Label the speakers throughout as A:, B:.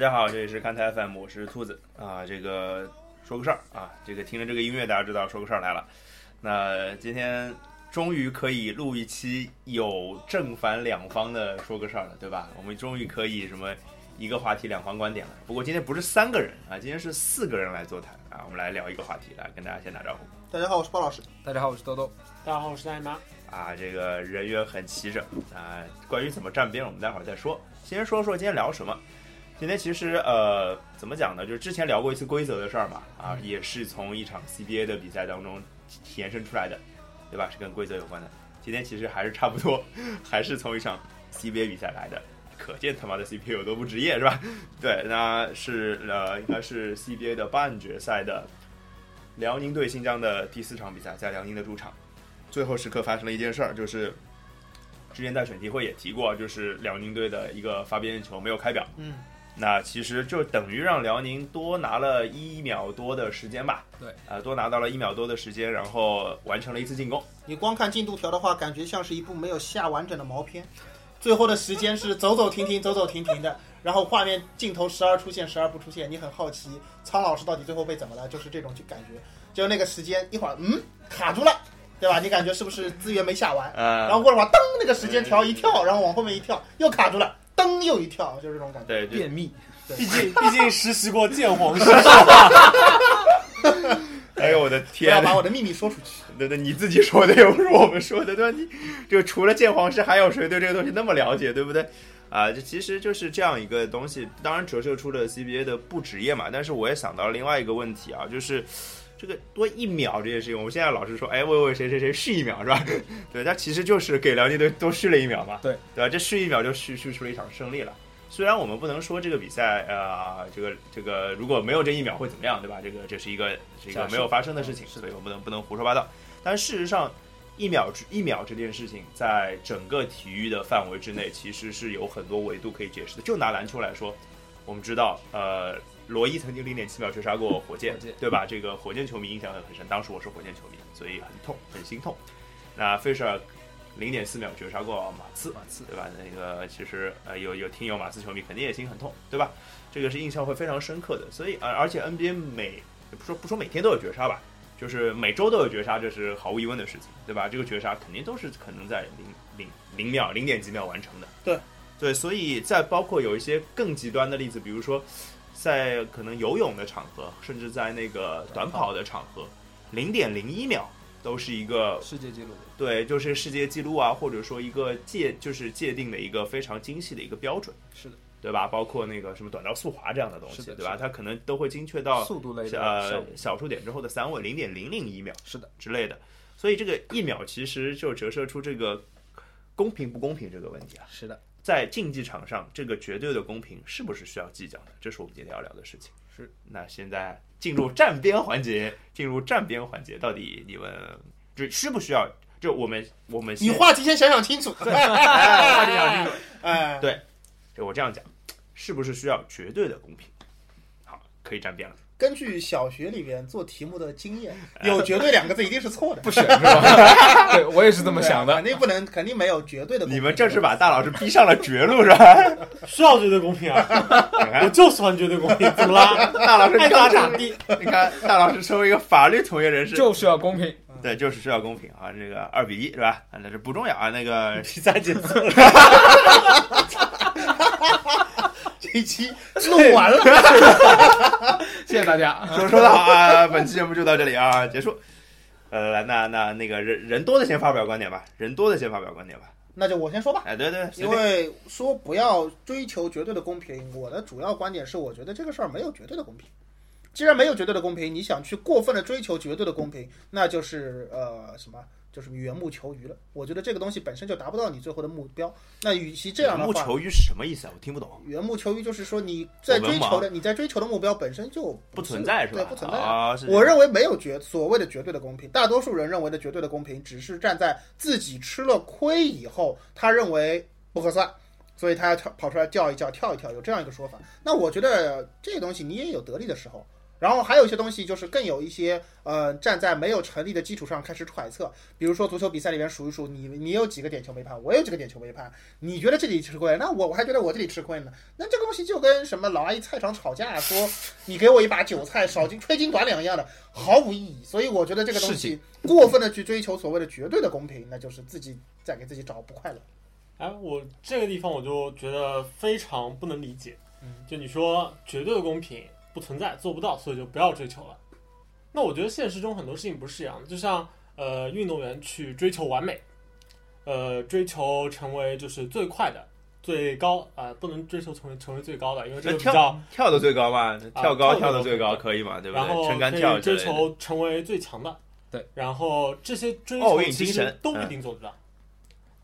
A: 家好，这里是看台 FM，我是兔子啊。这个说个事儿啊，这个听着这个音乐，大家知道说个事儿来了。那今天终于可以录一期有正反两方的说个事儿了，对吧？我们终于可以什么一个话题两方观点了。不过今天不是三个人啊，今天是四个人来座谈啊，我们来聊一个话题，来跟大家先打招呼。
B: 大家好，我是包老师。
C: 大家好，我是豆豆。
D: 大家好，我是大姨妈。
A: 啊，这个人员很齐整啊。关于怎么站边，我们待会儿再说。先说说今天聊什么。今天其实呃，怎么讲呢？就是之前聊过一次规则的事儿嘛，啊，也是从一场 CBA 的比赛当中延伸出来的，对吧？是跟规则有关的。今天其实还是差不多，还是从一场 CBA 比赛来的。可见他妈的 CBA 有多不职业，是吧？ 对，那是呃，应该是 CBA 的半决赛的辽宁对新疆的第四场比赛，在辽宁的主场。最后时刻发生了一件事儿，就是之前在选题会也提过，就是辽宁队的一个罚边球没有开表。
D: 嗯，
A: 那其实就等于让辽宁多拿了一秒多的时间吧。
C: 对，
A: 呃，多拿到了一秒多的时间，然后完成了一次进攻。
B: 你光看进度条的话，感觉像是一部没有下完整的毛片。最后的时间是走走停停，走走停停的，然后画面镜头时而出现，时而不出现，你很好奇苍老师到底最后被怎么了，就是这种就感觉，就那个时间一会儿嗯卡住了，对吧？你感觉是不是资源没下完？
A: 呃，
B: 然后过了会儿噔，那个时间条一跳，然后往后面一跳又卡住了，噔又一跳，就是这种感觉。
A: 对，就
C: 便秘，
D: 毕竟毕竟实习过鉴黄师，
A: 哎呦我的
B: 不
A: 天
B: 要！把我的秘密说出去。
A: 对对，你自己说的又不是我们说的，对吧？你就除了鉴黄师，还有谁对这个东西那么了解，对不对？啊，这其实就是这样一个东西，当然折射出了 CBA 的不职业嘛。但是我也想到了另外一个问题啊，就是这个多一秒这件事情，我们现在老是说，哎，喂喂，谁谁谁试一秒是吧？ 对，但其实就是给辽宁队多试了一秒嘛，
C: 对
A: 对吧？这试一秒就试试出了一场胜利了。虽然我们不能说这个比赛，呃，这个这个如果没有这一秒会怎么样，对吧？这个这是一个是一个
C: 假设
A: 没有发生的事情，
C: 嗯是的
A: 所以我们不能不能胡说八道。但事实上，一秒之一秒这件事情，在整个体育的范围之内，其实是有很多维度可以解释的。就拿篮球来说，我们知道，呃，罗伊曾经零点七秒追杀过火箭，
C: 火箭
A: 对吧？这个火箭球迷印象很深，当时我是火箭球迷，所以很痛，很心痛。那费舍尔零点四秒绝杀过马刺，马刺对吧？那个其实呃有有听友马刺球迷肯定也心很痛，对吧？这个是印象会非常深刻的。所以而、而且 NBA 每不说不说每天都有绝杀吧，就是每周都有绝杀，这是毫无疑问的事情，对吧？这个绝杀肯定都是可能在零零零秒零点几秒完成的。
B: 对
A: 对，所以再包括有一些更极端的例子，比如说在可能游泳的场合，甚至在那个短跑的场合，零点零一秒都是一个
C: 世界纪录。
A: 对，就是世界纪录啊，或者说一个界就是界定的一个非常精细的一个标准，
C: 是的，
A: 对吧？包括那个什么短道速滑这样的东西，
C: 是的
A: 对吧？
C: 是
A: 它可能都会精确到
C: 速度类的项
A: 呃
C: 目
A: 小数点之后的三位零点零零一秒
C: 是的，
A: 之类的，所以这个一秒其实就折射出这个公平不公平这个问题啊，
C: 是的，
A: 在竞技场上这个绝对的公平是不是需要计较的？这是我们今天要聊的事情。
C: 是，
A: 那现在进入站边环节，进入站边环节，到底你们就需不需要？就我们我们
B: 你
A: 先
B: 话题先想想清 楚。
A: 哎话题讲清楚
B: 哎，
A: 对就我这样讲，是不是需要绝对的公平？好，可以站边了。
B: 根据小学里边做题目的经 验，有绝对两个字一定是错的，
C: 不选是吧？ 对我也是这么 想
B: 肯
C: 的。
B: 定不能，肯定没有绝对的公平。
A: 你们这是把大老师逼上了绝路是吧？
D: 需要绝对公平啊！
A: 你
D: 我
A: 看
D: 就喜欢绝对公平，怎么啦？
A: 大老师
D: 爱
A: 刚
D: 咋
A: 才
D: 咋地。
A: 你看大老师身为一个法律从业人士，
C: 就是要公平，
A: 对，就是需要公平啊，这个二比一是吧？啊那这不重要啊，那个
D: 比赛结束，
B: 这一期录完了，
C: 谢谢大家。
A: 说说到啊，本期节目就到这里啊，结束。呃，来，那那那个人人多的先发表观点吧，人多的先发表观点吧。
B: 那就我先说吧。
A: 哎，对对，随
B: 因
A: 便
B: 为说不要追求绝对的公平，我的主要观点是，我觉得这个事儿没有绝对的公平。既然没有绝对的公平，你想去过分的追求绝对的公平，那就是呃什么，就是缘木求鱼了。我觉得这个东西本身就达不到你最后的目标。那与其这样的
A: 木
B: 话，
A: 求鱼是什么意思啊？我听不懂，
B: 缘木求鱼就是说你在追求的，你在追求的目标本身就
A: 不
B: 是
A: 存在是吧？
B: 对，不存在。
A: 啊，是
B: 我认为没有绝所谓的绝对的公平，大多数人认为的绝对的公平，只是站在自己吃了亏以后，他认为不合算，所以他要跳跑出来叫一叫、跳一跳，有这样一个说法。那我觉得这东西你也有得利的时候，然后还有一些东西就是更有一些呃站在没有成立的基础上开始揣测，比如说足球比赛里面数一数，你你有几个点球没判，我有几个点球没判，你觉得这里吃亏，那我我还觉得我这里吃亏呢。那这个东西就跟什么老阿姨菜场吵架说你给我一把韭菜少斤吹斤短两一样的，毫无意义。所以我觉得这个东
C: 事
B: 西过分的去追求所谓的绝对的公平，那就是自己在给自己找不快乐。
D: 哎，我这个地方我就觉得非常不能理解。就你说绝对的公平不存在，做不到，所以就不要追求了。那我觉得现实中很多事情不是这样的，就像呃运动员去追求完美，呃追求成为就是最快的、最高啊、不能追求成为成为最高的，因为这
A: 那
D: 个比
A: 跳
D: 较
A: 跳的最高嘛，跳高跳
D: 跳得
A: 的最
D: 高
A: 高可以嘛，对不
D: 然后
A: 对？撑杆
D: 可以
A: 跳之
D: 追
A: 类的
D: 求成为最强的，
C: 对，
D: 然后这些追
A: 奥
D: 求
A: 运
D: 其
A: 精
D: 实
A: 神嗯
D: 都不一定做得到，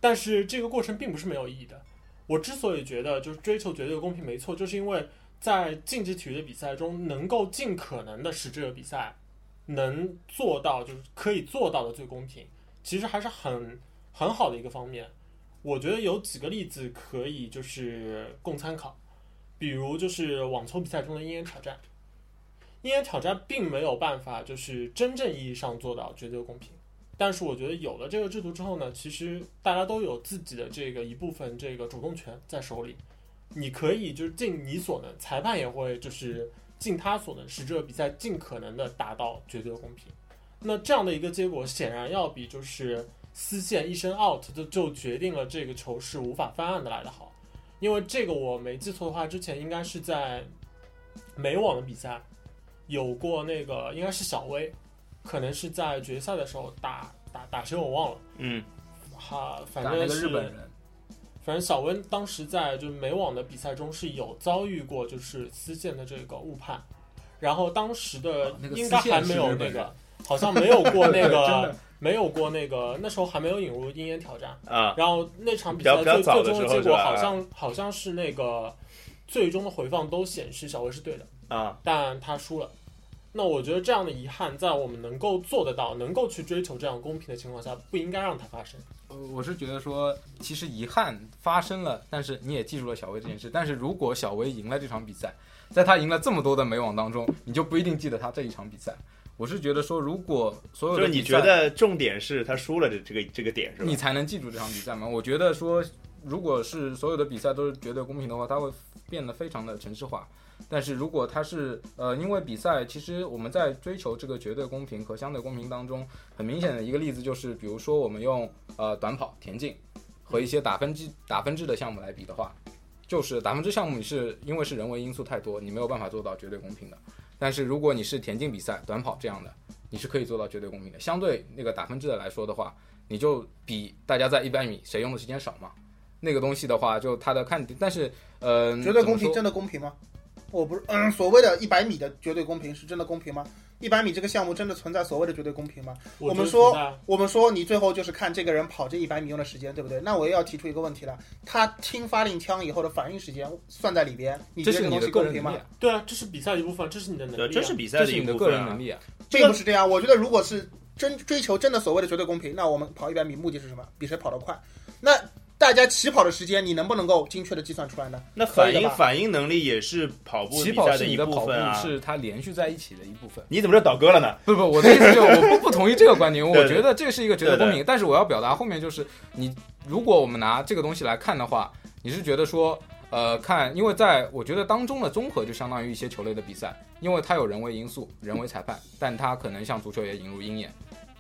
D: 但是这个过程并不是没有意义的。我之所以觉得就是追求绝对的公平没错，就是因为在竞技体育的比赛中，能够尽可能的使这个比赛能做到就是可以做到的最公平，其实还是很很好的一个方面。我觉得有几个例子可以就是供参考，比如就是网球比赛中的鹰眼挑战。鹰眼挑战并没有办法就是真正意义上做到绝对公平，但是我觉得有了这个制度之后呢，其实大家都有自己的这个一部分这个主动权在手里，你可以就是尽你所能，裁判也会就是尽他所能，使这个比赛尽可能的达到绝对公平。那这样的一个结果显然要比就是丝线一声 out 就就决定了这个球是无法翻案的来的好，因为这个我没记错的话，之前应该是在美网的比赛。有过那个应该是小威，可能是在决赛的时候打打打谁我忘了，
A: 嗯，
D: 哈，反
C: 打那
D: 正
C: 个
D: 是
C: 日本人，
D: 反正小温当时在就是美网的比赛中是有遭遇过就是丝线的这个误判，然后当时的
C: 哦那个
D: 应该
C: 丝线
D: 还没有
C: 是日
D: 那
C: 本
D: 个，好像没有过那
C: 真
D: 个
C: 的
D: 没有过那个那时候还没有引入鹰眼挑战，
A: 啊，
D: 然后那场比
A: 比较
D: 赛
A: 比较
D: 最
A: 早
D: 最
A: 的
D: 终
A: 时
D: 的
A: 候
D: 结果
A: 是吧
D: 好像好像是那个最终的回放都显示小威是对的。
A: 啊，
D: 但他输了。那我觉得这样的遗憾，在我们能够做得到、能够去追求这样公平的情况下，不应该让它发生。
C: 呃我是觉得说，其实遗憾发生了，但是你也记住了小威这件事。但是如果小威赢了这场比赛，在他赢了这么多的美网当中，你就不一定记得他这一场比赛。我是觉得说，如果所有
A: 就
C: 的
A: 是你
C: 比赛
A: 觉得重点是他输了这这个这个点是吧
C: 你？才能记住这场比赛吗？我觉得说，如果是所有的比赛都是绝对公平的话，它会变得非常的城市化。但是如果它是呃，因为比赛，其实我们在追求这个绝对公平和相对公平当中，很明显的一个例子就是，比如说我们用呃短跑、田径和一些打分制打分制的项目来比的话，就是打分制项目你是因为是人为因素太多，你没有办法做到绝对公平的。但是如果你是田径比赛、短跑这样的，你是可以做到绝对公平的。相对那个打分制的来说的话，你就比大家在一百米谁用的时间少嘛。那个东西的话，就它的看，但是呃，
B: 绝对公
C: 怎么
B: 平
C: 说
B: 真的公平吗？我不是，嗯，所谓的一百米的绝对公平是真的公平吗？一百米这个项目真的存在所谓的绝对公平吗？我
D: 觉
B: 们
D: 得
B: 说
D: 存在
B: 我们说你最后就是看这个人跑这一百米用的时间，对不对？那我又要提出一个问题了，他听发令枪以后的反应时间算在里边，你觉
C: 这
B: 得这
C: 是
B: 个
C: 你
B: 东
C: 的
B: 西
C: 个
B: 公
C: 人
B: 平
C: 能
B: 吗
C: 力？啊，
D: 对啊，这是比赛的一部分，这是你的能力、
A: 对，
D: 啊。
A: 这是比赛
C: 这
A: 的
C: 是
A: 一
C: 你的
A: 部
C: 个
A: 分
C: 人
A: 啊
C: 能力啊。
D: 这
B: 并
D: 个
B: 不是这样。我觉得如果是真追求真的所谓的绝对公平，那我们跑一百米目的是什么？比谁跑得快。那大家起跑的时间，你能不能够精确的计算出来呢？
A: 那
B: 可以
A: 反
B: 的
A: 应
B: 吧
A: 反应能力也是跑步
C: 起
A: 比
C: 跑
A: 赛
C: 是你
A: 一
C: 的
A: 部
C: 跑步
A: 分啊。
C: 是它连续在一起的一部分。
A: 你怎么就倒戈了呢？
C: 不不，我的意思就是我不不同意这个观 点，
A: 对
C: 我
A: 对
C: 觉得这是一个绝对公
A: 对
C: 平。但是我要表达后面就是，你如果我们拿这个东西来看的话，你是觉得说，呃，看，因为在我觉得当中的综合就相当于一些球类的比赛，因为它有人为因素、人为裁判，但它可能像足球也引入鹰眼，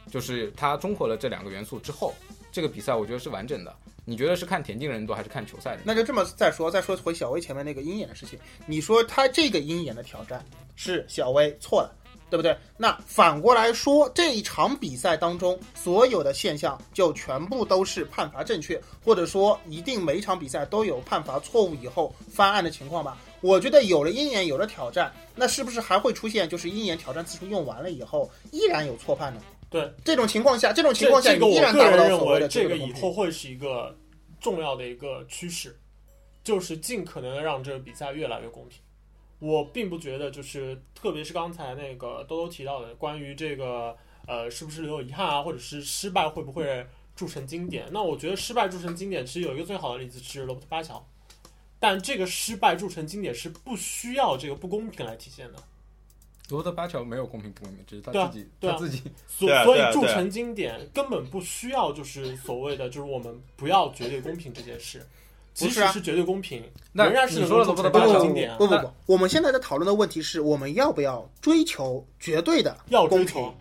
C: 就是它综合了这两个元素之后，这个比赛我觉得是完整的。你觉得是看田径人多还是看球赛人？
B: 那就这么再说，再说回小薇前面那个鹰眼的事情。你说他这个鹰眼的挑战是小薇错了，对不对？那反过来说，这一场比赛当中所有的现象就全部都是判罚正确，或者说一定每一场比赛都有判罚错误以后翻案的情况吧？我觉得有了鹰眼，有了挑战，那是不是还会出现就是鹰眼挑战次数用完了以后依然有错判呢？
D: 对，
B: 这种情况下，这种情
D: 这
B: 况下
D: 这个
B: 你依
D: 我
B: 然
D: 个
B: 达不
D: 人
B: 到
D: 认
B: 所谓
D: 为
B: 的
D: 这
B: 绝
D: 个
B: 对
D: 以
B: 公平
D: 后会是一个重要的一个趋势，就是尽可能的让这个比赛越来越公平。我并不觉得，就是特别是刚才那个兜兜提到的关于这个呃是不是留有遗憾啊，或者是失败会不会铸成经典？那我觉得失败铸成经典，其实有一个最好的例子是罗伯特巴乔，但这个失败铸成经典是不需要这个不公平来体现的。
C: 罗德八乔没有公平不公平，只是他
D: 对啊
C: 自己
D: 对啊
C: 他自己
D: 所
A: 对啊
D: 所以
A: 对啊
D: 铸
A: 对啊
D: 成经典根本不需要就是所谓的就是我们不要绝对公平这件事，即
B: 不是
D: 使
B: 啊
D: 是绝对公平，
C: 那
D: 仍然是
C: 你
D: 能
C: 说
D: 够
C: 了罗伯
D: 做
C: 特
D: 成
C: 巴
D: 大
C: 乔
D: 经典啊，
B: 不不不，我们现在在讨论的问题是我们要不要追求绝对的
D: 要追
B: 公
D: 求
B: 平？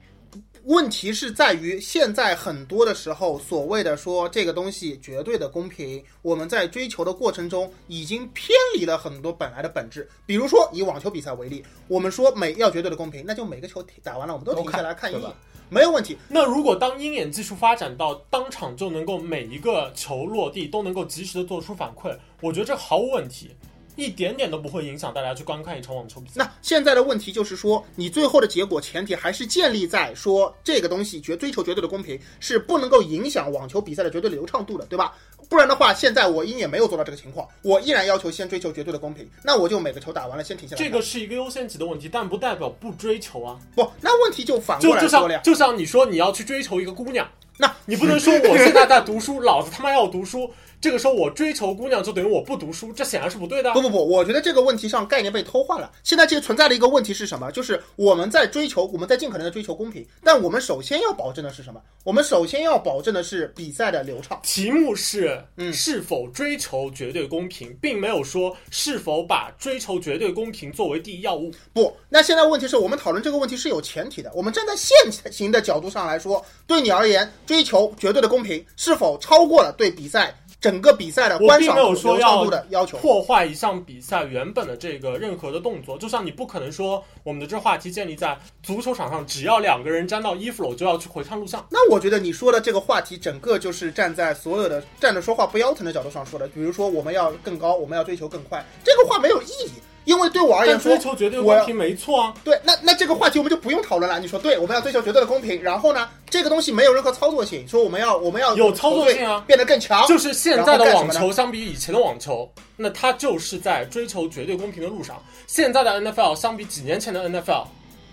B: 问题是在于现在很多的时候，所谓的说这个东西绝对的公平，我们在追求的过程中已经偏离了很多本来的本质。比如说以网球比赛为例，我们说每要绝对的公平，那就每个球停打完了，我们都
C: 都
B: 停下来看
C: 看
B: 一
C: 对
B: 眼
C: 吧，
B: 没有问题。
D: 那如果当鹰眼技术发展到当场就能够每一个球落地都能够及时的做出反馈，我觉得这毫无问题，一点点都不会影响大家去观看一场网球比赛。
B: 那现在的问题就是说，你最后的结果前提还是建立在说这个东西绝追求绝对的公平，是不能够影响网球比赛的绝对流畅度的，对吧？不然的话，现在我鹰也没有做到这个情况，我依然要求先追求绝对的公平，那我就每个球打完了先停下来。
D: 这个是一个优先级的问题，但不代表不追求啊。
B: 不，那问题就反过
D: 就
B: 来
D: 就
B: 说了呀
D: 像。就像你说你要去追求一个姑娘，
B: 那
D: 你不能说我现在在 读书，老子他妈要读书，这个时候我追求姑娘就等于我不读书，这显然是不对的啊
B: 不。不不，我觉得这个问题上概念被偷换了。现在这个存在的一个问题是什么？就是我们在追求，我们在尽可能的追求公平，但我们首先要保证的是什么？我们首先要保证的是比赛的流畅。
D: 题目是
B: 嗯
D: 是否追求绝对公平，并没有说是否把追求绝对公平作为第一要务。
B: 不，那现在问题是我们讨论这个问题是有前提的。我们站在现行的角度上来说，对你而言，追求绝对的公平是否超过了对比赛整个比赛的
D: 我
B: 观
D: 并
B: 赏
D: 没有说
B: 流畅
D: 要
B: 度的要求？
D: 破坏一项比赛原本的这个任何的动作，就像你不可能说我们的这话题建立在足球场上，只要两个人沾到衣服了，我就要去回看录像。
B: 那我觉得你说的这个话题，整个就是站在所有的站着说话不腰疼的角度上说的。比如说，我们要更高，我们要追求更快，这个话没有意义，因为对我而
D: 但
B: 言说
D: 追，求绝对
B: 我
D: 公平没错啊，
B: 对，那那这个话题我们就不用讨论了。你说对，我们要追求绝对的公平，然后呢，这个东西没有任何操作性，说我们要我们要
D: 有操作性啊
B: 球队变得更强，
D: 就是现在的
B: 然后
D: 网
B: 干什
D: 球
B: 么
D: 相比以前的网球，那它就是在追求绝对公平的路上。现在的 NFL 相比几年前的 NFL，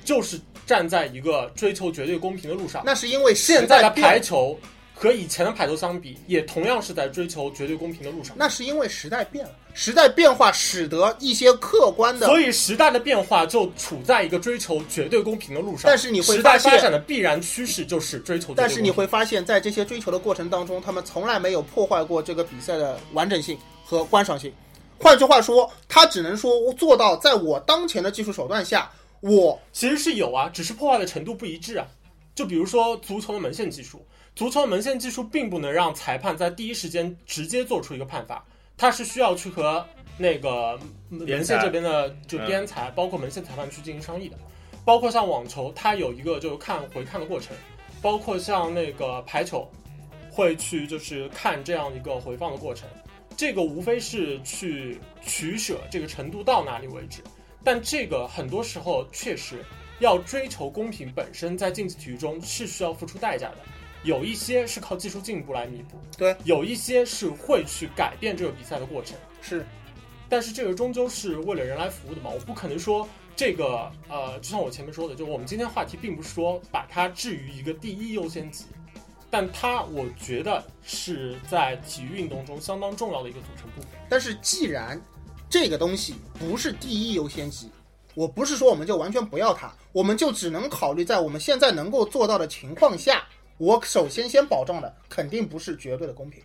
D: 就是站在一个追求绝对公平的路上。
B: 那是因为
D: 现
B: 时
D: 在
B: 代
D: 的
B: 变
D: 排球和以前的排球相比，也同样是在追求绝对公平的路上。
B: 那是因为时代变了，时代变化使得一些客观的，
D: 所以时代的变化就处在一个追求绝对公平的路上。
B: 但是你会
D: 时代
B: 发现
D: 发展的必然趋势就是追求绝对公平。
B: 但是你会发现在这些追求的过程当中，他们从来没有破坏过这个比赛的完整性和观赏性。换句话说，他只能说做到在我当前的技术手段下，我
D: 其实是有啊，只是破坏的程度不一致啊。就比如说足球的门线技术，足球的门线技术并不能让裁判在第一时间直接做出一个判罚，他是需要去和那个门线这边的就边裁，包括门线裁判去进行商议的。包括像网球，它有一个就是看回看的过程，包括像那个排球，会去就是看这样一个回放的过程。这个无非是去取舍这个程度到哪里为止，但这个很多时候确实要追求公平本身，在竞技体育中是需要付出代价的。有一些是靠技术进步来弥补，
B: 对，
D: 有一些是会去改变这个比赛的过程，
B: 是
D: 但是这个终究是为了人来服务的嘛，我不可能说这个呃，就像我前面说的，就我们今天话题并不是说把它置于一个第一优先级，但它我觉得是在体育运动中相当重要的一个组成部分。
B: 但是既然这个东西不是第一优先级，我不是说我们就完全不要它，我们就只能考虑在我们现在能够做到的情况下，我首先先保障的肯定不是绝对的公平。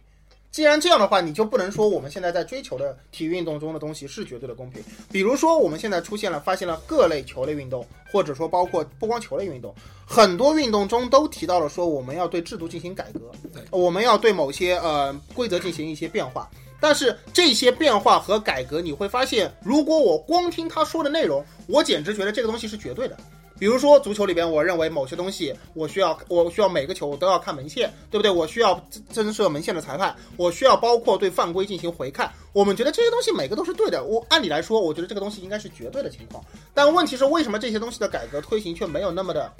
B: 既然这样的话，你就不能说我们现在在追求的体育运动中的东西是绝对的公平。比如说，我们现在出现了发现了各类球类运动，或者说包括不光球类运动，很多运动中都提到了说我们要对制度进行改革
C: 对，
B: 我们要对某些呃规则进行一些变化。但是这些变化和改革，你会发现，如果我光听他说的内容，我简直觉得这个东西是绝对的。比如说足球里边，我认为某些东西，我需要我需要每个球我都要看门线，对不对？我需要增设门线的裁判，我需要包括对犯规进行回看。我们觉得这些东西每个都是对的。我按理来说，我觉得这个东西应该是绝对的情况。但问题是，为什么这些东西的改革推行却没有那么的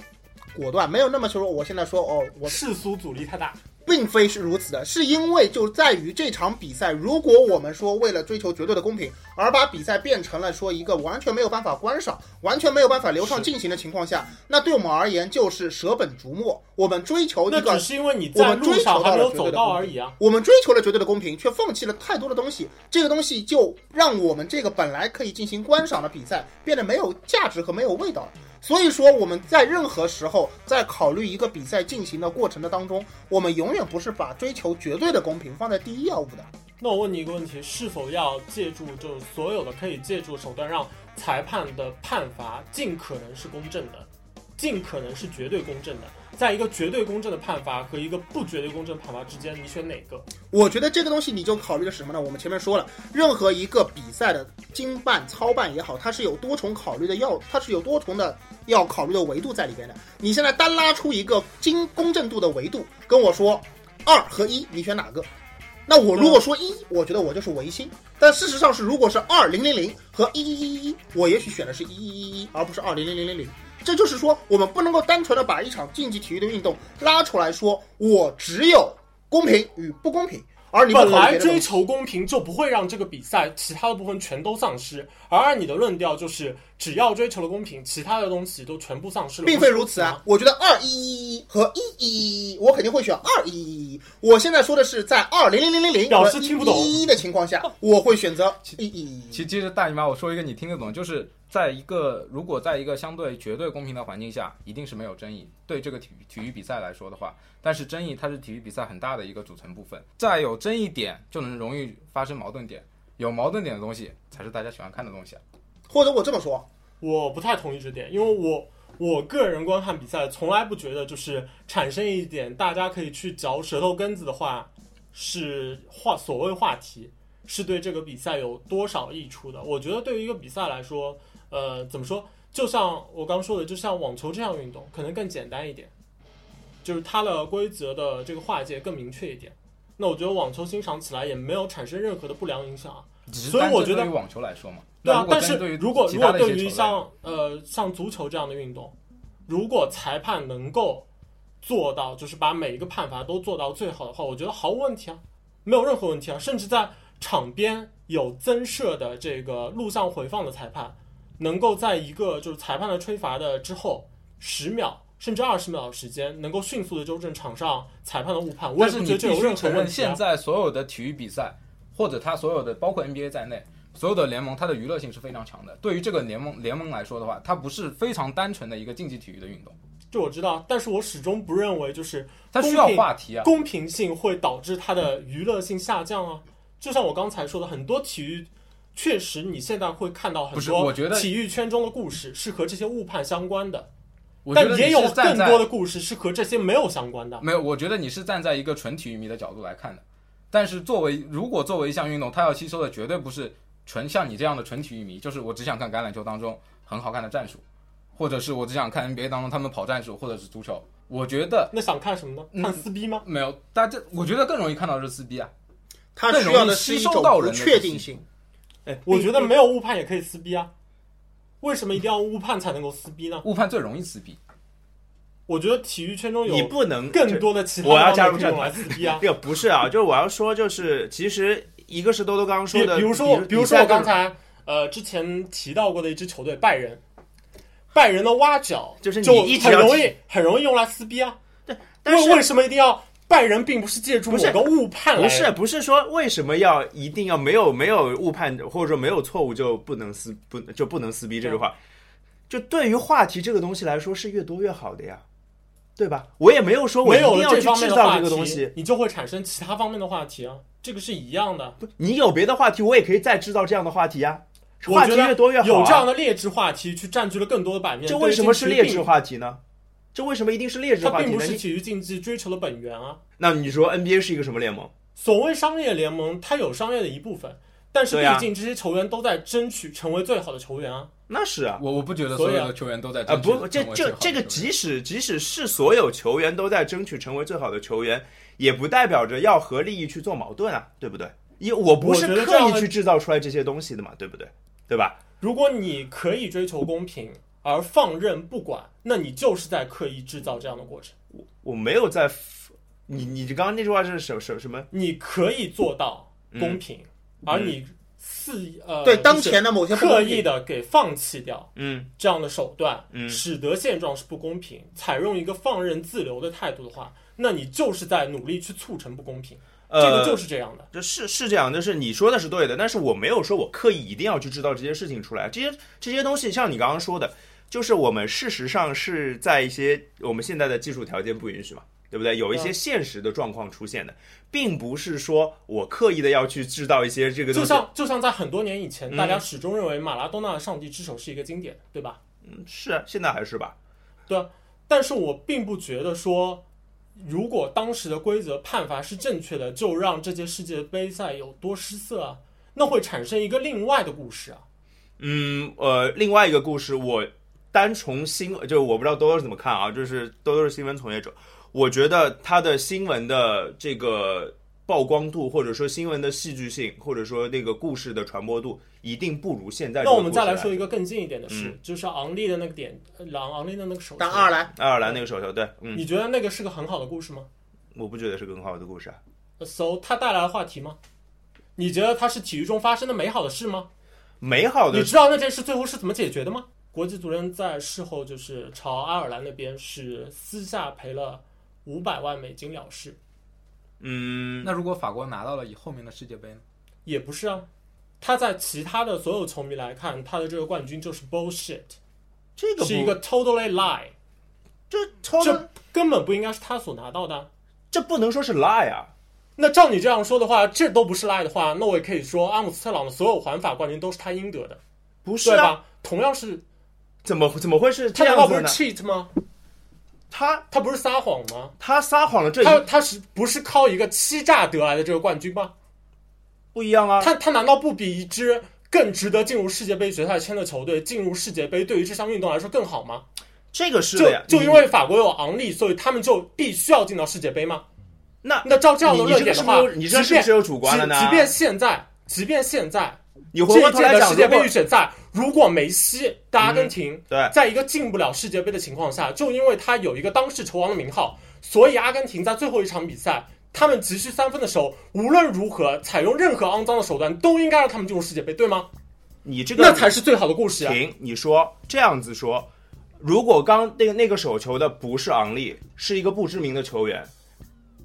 B: 果断，没有那么说我现在说哦，我
D: 世俗阻力太大，
B: 并非是如此的，是因为就在于这场比赛，如果我们说为了追求绝对的公平，而把比赛变成了说一个完全没有办法观赏、完全没有办法流畅
D: 是
B: 进行的情况下，那对我们而言就是舍本逐末。我们追求
D: 那
B: 一个
D: 只是因为哦你在路上还没有走到而已啊。
B: 我们追求了绝对的公平，却放弃了太多的东西。这个东西就让我们这个本来可以进行观赏的比赛变得没有价值和没有味道了。所以说我们在任何时候在考虑一个比赛进行的过程的当中，我们永远不是把追求绝对的公平放在第一要务的。
D: 那我问你一个问题：是否要借助就是所有的可以借助手段，让裁判的判罚尽可能是公正的，尽可能是绝对公正的？在一个绝对公正的判罚和一个不绝对公正的判罚之间，你选哪个？
B: 我觉得这个东西你就考虑的是什么呢？我们前面说了，任何一个比赛的经办、操办也好，它是有多重考虑的要，它是有多重的要考虑的维度在里边的。你现在单拉出一个经公正度的维度，跟我说二和一，你选哪个？那我如果说一，我觉得我就是唯心。但事实上是，如果是二零零零和一一一一，我也许选的是一一一一，而不是二零零零零零。这就是说，我们不能够单纯的把一场竞技体育的运动拉出来说，我只有公平与不公平，而你不考
D: 本
B: 虑
D: 来
B: 别的东
D: 追
B: 西
D: 求公平就不会让这个比赛其他的部分全都丧失，而按你的论调就是，只要追求了公平，其他的东西都全部丧失了。
B: 并非如此
D: 不是
B: 啊
D: 吗！！
B: 我觉得二一一一和一一一一，我肯定会选二一一一。我现在说的是在二零零零零零
D: 表示听不懂
B: 一一的情况下，我会选择一一一。
C: 其其实大姨妈，我说一个你听得懂，就是在一个如果在一个相对绝对公平的环境下，一定是没有争议。对这个体育体育比赛来说的话，但是争议它是体育比赛很大的一个组成部分，在有争议点就能容易发生矛盾点，有矛盾点的东西才是大家喜欢看的东西啊。
B: 或者我这么说，
D: 我不太同意这点，因为我我个人观看比赛从来不觉得就是产生一点大家可以去嚼舌头根子的话是话所谓话题，是对这个比赛有多少益处的。我觉得对于一个比赛来说，呃，怎么说？就像我刚说的，就像网球这项运动，可能更简单一点，就是它的规则的这个划界更明确一点。那我觉得网球欣赏起来也没有产生任何的不良影响啊。
C: 只是
D: 所以
C: 单
D: 我
C: 针
D: 觉得
C: 对于网球来说嘛，
D: 对
C: 那
D: 啊，但
C: 针
D: 是
C: 对于
D: 如果
C: 其
D: 如
C: 他
D: 果
C: 的一
D: 对
C: 些球
D: 于
C: 类
D: 像呃像足球这样的运动，如果裁判能够做到，就是把每一个判罚都做到最好的话，我觉得毫无问题啊，没有任何问题啊。甚至在场边有增设的这个录像回放的裁判，能够在一个就是裁判的吹罚的之后十秒。甚至二十秒的时间，能够迅速的纠正场上裁判的误判，我
C: 但
D: 也
C: 是
D: 不
C: 你
D: 觉得
C: 必
D: 这有任
C: 须
D: 何
C: 承
D: 问
C: 认，
D: 题、啊
C: 现。在所有的体育比赛，或者它所有的包括 NBA 在内，所有的联盟，它的娱乐性是非常强的。对于这个联盟联盟来说的话，它不是非常单纯的一个竞技体育的运动，
D: 这我知道，但是我始终不认为就是
C: 它需要话题啊。
D: 公平性会导致它的娱乐性下降啊。就像我刚才说的，很多体育确实你现在会看到
C: 不
D: 很
C: 是
D: 多
C: 我觉得
D: 体育圈中的故事是和这些误判相关的，
C: 我觉
D: 但
C: 得
D: 也有
C: 你是站
D: 更
C: 在
D: 多的故事是和这些没有相关的。
C: 没有，我觉得你是站在一个纯体育迷的角度来看的。但是作为如果作为一项运动，它要吸收的绝对不是纯像你这样的纯体育迷，就是我只想看橄榄球当中很好看的战术，或者是我只想看 NBA 当中他们跑战术，或者是足球。我觉得
D: 那想看什么
C: 嗯
D: 呢？看撕逼吗？
C: 没有，大家我觉得更容易看到是撕逼啊。
B: 它需要的是一种不确定性。
A: 哎，
D: 我觉得没有误判也可以撕逼啊。为什么一定要误判才能够撕逼呢？
C: 误判最容易撕逼，
D: 我觉得体育圈中
A: 你
D: 有
A: 不能
D: 哎更多的其他
A: 我要
D: 的
A: 加
D: 方
A: 入战
D: 面可以用来
A: 团
D: 撕逼啊。
A: 这个不是啊，就是我要说，就是其实一个是多多刚刚
D: 比
A: 说的，
D: 比如说，比如说
A: 赛
D: 我刚
A: 各种
D: 才呃之前提到过的一支球队拜仁，拜仁的挖角
A: 就是你
D: 就
A: 一直
D: 很
A: 要
D: 容
A: 提
D: 易很容易用来撕逼啊。
A: 但
D: 为
A: 是
D: 为什么一定要拜仁，并不是借助某
A: 不是
D: 个误判来？
A: 不是不是说为什么要一定要没有没有误判或者说没有错误就不能撕不就不能撕逼这句话，就对于话题这个东西来说是越多越好的呀，对吧？我也没有说我
D: 没
A: 一
D: 有
A: 定
D: 了
A: 要去
D: 方面
A: 制
D: 的
A: 造
D: 话
A: 这个东西
D: 题，，你就会产生其他方面的话题啊。这个是一样的。
A: 不你有别的话题，我也可以再制造这样的话题呀、
D: 我
A: 话
D: 觉
A: 题
D: 得
A: 越多越好、啊。
D: 有这样的劣质话题去占据了更多的版面，
A: 这
D: 对于
A: 为什么
D: 竞
A: 是
D: 技
A: 劣
D: 并
A: 质？话题呢？这为什么一定是劣质
D: 它
A: 话
D: 并
A: 题
D: 不
A: 呢？
D: 是
A: 你
D: 体育竞技追求的本源啊。
A: 那你说 NBA 是一个什么联盟？
D: 所谓商业联盟，它有商业的一部分，但是
A: 对
D: 毕
A: 啊
D: 竟这些球员都在争取成为最好的球员啊。
A: 那是啊，
C: 我我不觉得所有的球员都在
A: 啊
C: 争取
A: 不，这
C: 成为
A: 这
C: 最好的
A: 这个
C: 球员
A: 即使即使是所有球员都在争取成为最好的球员，也不代表着要和利益去做矛盾啊，对不对？因为我不是
D: 我觉得这
A: 刻
D: 样
A: 意去制造出来这些东西的嘛，对不对？对吧？
D: 如果你可以追求公平而放任不管，那你就是在刻意制造这样的过程。
A: 我没有在 f- 你你刚刚那句话是什什什么？
D: 你可以做到公
A: 嗯
D: 平，而你肆意呃
B: 对
D: 就是
B: 当前的某些不
D: 刻
B: 公平
D: 意的给放弃掉
A: 嗯，
D: 这样的手段，
A: 嗯
D: 使得现状是不公平，采用一个放任自流的态度的话，那你就是在努力去促成不公平。
A: 呃，
D: 这个就是这样的。
A: 就是是这样，就是你说的是对的，但是我没有说我刻意一定要去制造这些事情出来。这些这些东西，像你刚刚说的，就是我们事实上是在一些我们现在的技术条件不允许嘛，对不对？有一些
D: 嗯
A: 现实的状况出现的，并不是说我刻意的要去制造一些这个东
D: 就
A: 西。
D: 像就像在很多年以前，
A: 嗯
D: 大家始终认为马拉多纳的《上帝之手》是一个经典，对吧？
A: 嗯是啊，现在还是吧？
D: 但是我并不觉得说，如果当时的规则判罚是正确的，就让这届世界杯赛有多失色啊，那会产生一个另外的故事啊。
A: 嗯，呃，另外一个故事，我单从新，就是我不知道多多是怎么看啊，就是多多是新闻从业者，我觉得他的新闻的这个曝光度，或者说新闻的戏剧性，或者说那个故事的传播度，一定不如现在这个
D: 那
A: 故
D: 我
A: 事。
D: 们再来说一个更近一点的事，
A: 嗯
D: 就是昂利的那个点，呃昂昂利的那个手球
B: 打爱尔兰，
A: 爱尔兰那个手球，对，嗯，
D: 你觉得那个是个很好的故事吗呃
A: 我不觉得是个很好的故事啊。
D: ？So 它带来了话题吗？你觉得它是体育中发生的美好的事吗？
A: 美好
D: 你
A: 的，
D: 知道那件事最后是怎么解决的吗？国际足联在事后就是朝爱尔兰那边是私下赔了五百万美金了事，
A: 嗯，
C: 那如果法国拿到了以后面的世界杯呢？
D: 也不是啊。他在其他的所有球迷来看，他的这个冠军就是 bullshit，
A: 这个不
D: 是一个 totally lie，
A: 这超
D: 这根本不应该是他所拿到的啊。
A: 这不能说是 lie 啊，
D: 那照你这样说的话，这都不是赖的话，那我也可以说阿姆斯特朗的所有环法冠军都是他应得的，
A: 不是
D: 对
A: 啊，
D: 吧？同样是
A: 怎么怎么会是这
D: 他难道
A: 样
D: 不
A: 子
D: 是
A: 呢？
D: cheat 吗？
A: 他
D: 他不是撒谎吗？
A: 他撒谎了，这
D: 他
A: 一
D: 他是不是靠一个欺诈得来的这个冠军吗？
A: 不一样啊。
D: 他他难道不比一支更值得进入世界杯决赛圈的球队进入世界杯，对于这项运动来说更好吗？
A: 这个是
D: 就
A: 的呀，
D: 就
A: 你
D: 因为法国有昂利，所以他们就必须要进到世界杯吗？
A: 那
D: 那照这样的
A: 你你
D: 论
A: 这个
D: 点
A: 是
D: 的
A: 不
D: 话，
A: 是你这
D: 即
A: 是不
D: 便
A: 是有主观了呢？
D: 即即便现在，即便现在。
A: 你回
D: 这
A: 过
D: 一
A: 头
D: 届
A: 来
D: 的
A: 讲，
D: 世界
A: 如
D: 杯
A: 果嗯
D: 预选赛，如果梅西搭阿根廷，
A: 对
D: 在一个进不了世界杯的情况下，就因为他有一个当世球王的名号，所以阿根廷在最后一场比赛，他们急需三分的时候，无论如何采用任何肮脏的手段，都应该让他们进入世界杯，对吗？
A: 你这个
D: 那才是最好的故事啊！
A: 停，你说这样子说，如果刚那个那个手球的不是昂利，是一个不知名的球员，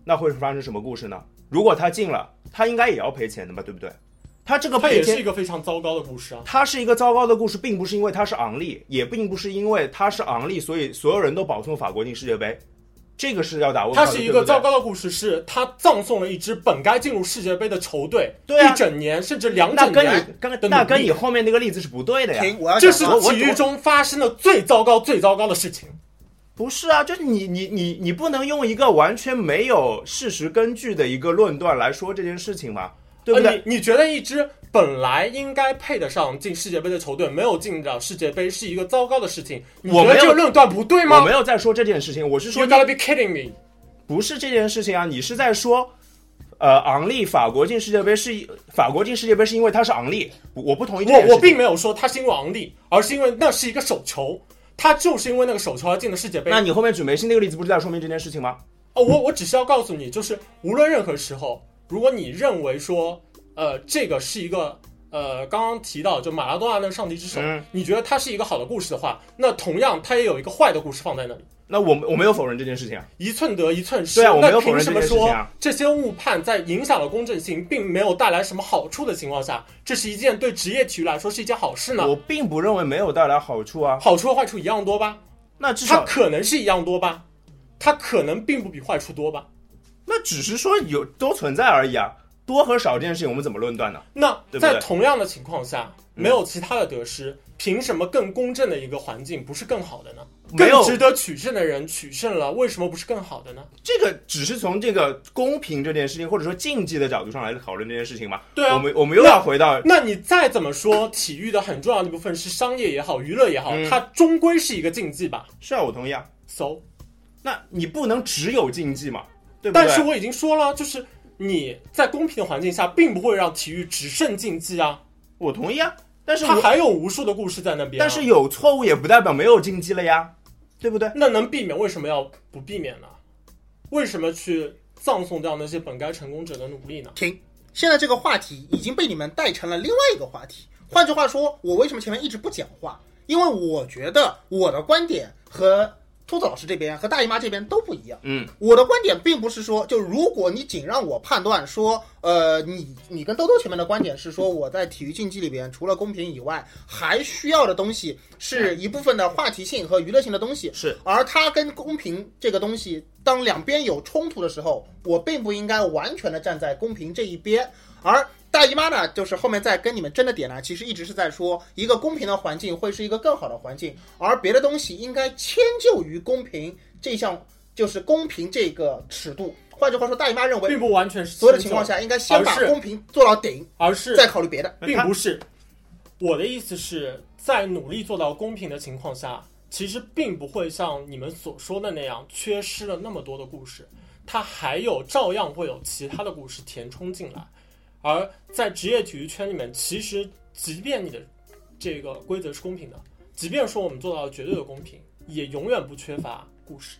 A: 那会发生什么故事呢？如果他进了，他应该也要赔钱的吧，对不对？他这个
D: 它
A: 赔
D: 也是
A: 钱
D: 一个非常糟糕的故事啊！
A: 它是一个糟糕的故事，并不是因为它是昂利，也并不是因为它是昂利，所以所有人都保送法国进世界杯，这个是要打问号
D: 它
A: 的。
D: 是一
A: 对
D: 个
A: 不对
D: 糟，糕的故事，是他葬送了一支本该进入世界杯的球队，
A: 对啊
D: 一整年甚至两
A: 那
D: 整
A: 跟
D: 年
A: 你跟
D: 的
A: 那
D: 努
A: 跟
D: 力
A: 你后面那个例子是不对的呀。
B: 停，我要
D: 这
B: 讲
D: 是
B: 话
A: 我
D: 体育中发生的最糟糕、最糟糕的事情。
A: 不是啊，就是你你你你不能用一个完全没有事实根据的一个论断来说这件事情嘛，对不对？
D: 呃你你觉得一支本来应该配得上进世界杯的球队没有进到世界杯是一个糟糕的事情？你觉
A: 我没
D: 得
A: 有
D: 这个论断不对
A: 我
D: 吗
A: 没有在说这件事情，我是说
D: ？You gotta be kidding me！
A: 不是这件事情啊，你是在说，呃，昂利法国进世界杯是法国进世界杯是因为他是昂利，我不同意这件事情。
D: 我我并没有说他是因为昂利，而是因为那是一个手球，他就是因为那个手球而进的世界杯。
A: 那你后面举梅西那个例子不是在说明这件事情吗？
D: 哦，我我只是要告诉你，就是无论任何时候，如果你认为说，呃，这个是一个呃，刚刚提到就马拉多纳那个上帝之手，
A: 嗯
D: 你觉得它是一个好的故事的话，那同样它也有一个坏的故事放在那里。
A: 那我我没有否认这件事情啊，
D: 一寸得一寸失，
A: 对啊我没有
D: 那
A: 否认
D: 凭什么
A: 这件事
D: 说
A: 情啊
D: 这些误判在影响了公正性，并没有带来什么好处的情况下，这是一件对职业体育来说是一件好事呢？
A: 我并不认为没有带来好处啊。
D: 好处和坏处一样多吧？
A: 那至
D: 它
A: 少
D: 可能是一样多吧？它可能并不比坏处多吧？
A: 那只是说有都存在而已啊，多和少这件事情我们怎么论断呢？
D: 那
A: 对不对嗯
D: 在同样的情况下，没有其他的得失，凭什么更公正的一个环境不是更好的呢？
A: 没有
D: 更值得取胜的人取胜了，为什么不是更好的呢？
A: 这个只是从这个公平这件事情，或者说竞技的角度上来讨论这件事情嘛。
D: 对啊
A: 我们我们又要回到
D: 那你再怎么说，体育的很重要的一部分是商业也好，娱乐也好，
A: 嗯
D: 它终归是一个竞技吧。
A: 是啊，我同意啊。
D: So，
A: 那你不能只有竞技嘛，对不对？
D: 但是我已经说了，就是你在公平的环境下，并不会让体育只剩竞技啊，
A: 我同意啊，但是
D: 它
A: 我
D: 还有无数的故事在那边、啊
A: 但是，有错误也不代表没有竞技了呀，对不对？
D: 那能避免为什么要不避免呢？为什么去葬送掉那些本该成功者的努力呢？
B: 停，现在这个话题已经被你们带成了另外一个话题。换句话说，我为什么前面一直不讲话？因为我觉得我的观点和兔子老师这边和大姨妈这边都不一样。
A: 嗯，
B: 我的观点并不是说，就如果你仅让我判断说，呃，你你跟兜兜前面的观点是说，我在体育竞技里边除了公平以外，还需要的东西是一部分的话题性和娱乐性的东西。
A: 是，
B: 而它跟公平这个东西，当两边有冲突的时候，我并不应该完全的站在公平这一边，而。大姨妈呢，就是后面在跟你们争的点呢，其实一直是在说一个公平的环境会是一个更好的环境，而别的东西应该迁就于公平这项就是公平这个尺度。换句话说，大姨妈认为
D: 并不完全是
B: 所有的情况下应该先把
D: 而是
B: 公平做到顶，
D: 而是
B: 再考虑别的。
D: 并不是。我的意思是在努力做到公平的情况下，其实并不会像你们所说的那样缺失了那么多的故事，它还有照样会有其他的故事填充进来。而在职业体育圈里面，其实即便你的这个规则是公平的，即便说我们做到了绝对的公平，也永远不缺乏故事，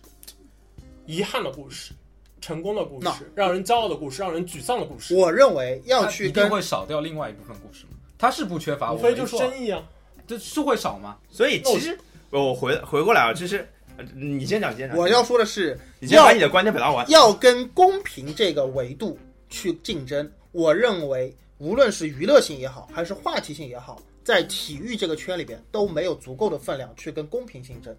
D: 遗憾的故事，成功的故
B: 那
D: 事，让人骄傲的故事，让人沮丧的故事，
B: 我认为要
C: 它
B: 去
C: 一定
B: 跟
C: 会少掉另外一部分故事嘛。它是不缺乏，
D: 无
C: 我
D: 非
C: 没
D: 就是
C: 错
D: 争议啊。
C: 这是会少吗？
A: 所以其实我回回过来啊，就是呃你先讲，你先讲，
B: 我要说的是，
A: 你先把你的观点表达完。
B: 要跟公平这个维度去竞争。我认为，无论是娱乐性也好，还是话题性也好，在体育这个圈里边都没有足够的分量去跟公平竞争。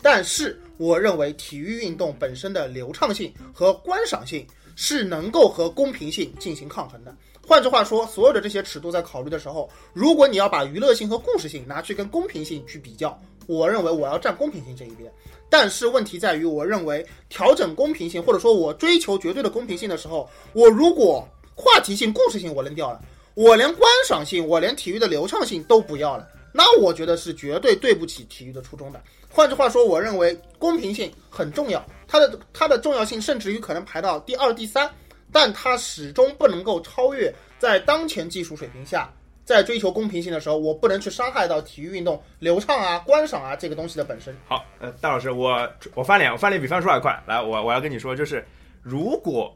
B: 但是，我认为体育运动本身的流畅性和观赏性是能够和公平性进行抗衡的。换句话说，所有的这些尺度在考虑的时候，如果你要把娱乐性和故事性拿去跟公平性去比较，我认为我要站公平性这一边。但是问题在于，我认为调整公平性，或者说我追求绝对的公平性的时候，我如果话题性、故事性我扔掉了，我连观赏性，我连体育的流畅性都不要了，那我觉得是绝对对不起体育的初衷的。换句话说，我认为公平性很重要，它的它的重要性甚至于可能排到第二、第三，但它始终不能够超越在当前技术水平下。在追求公平性的时候，我不能去伤害到体育运动流畅啊、观赏啊这个东西的本身。
A: 好，呃，大老师，我我翻脸，我翻脸比翻书还快。来，我我要跟你说，就是如果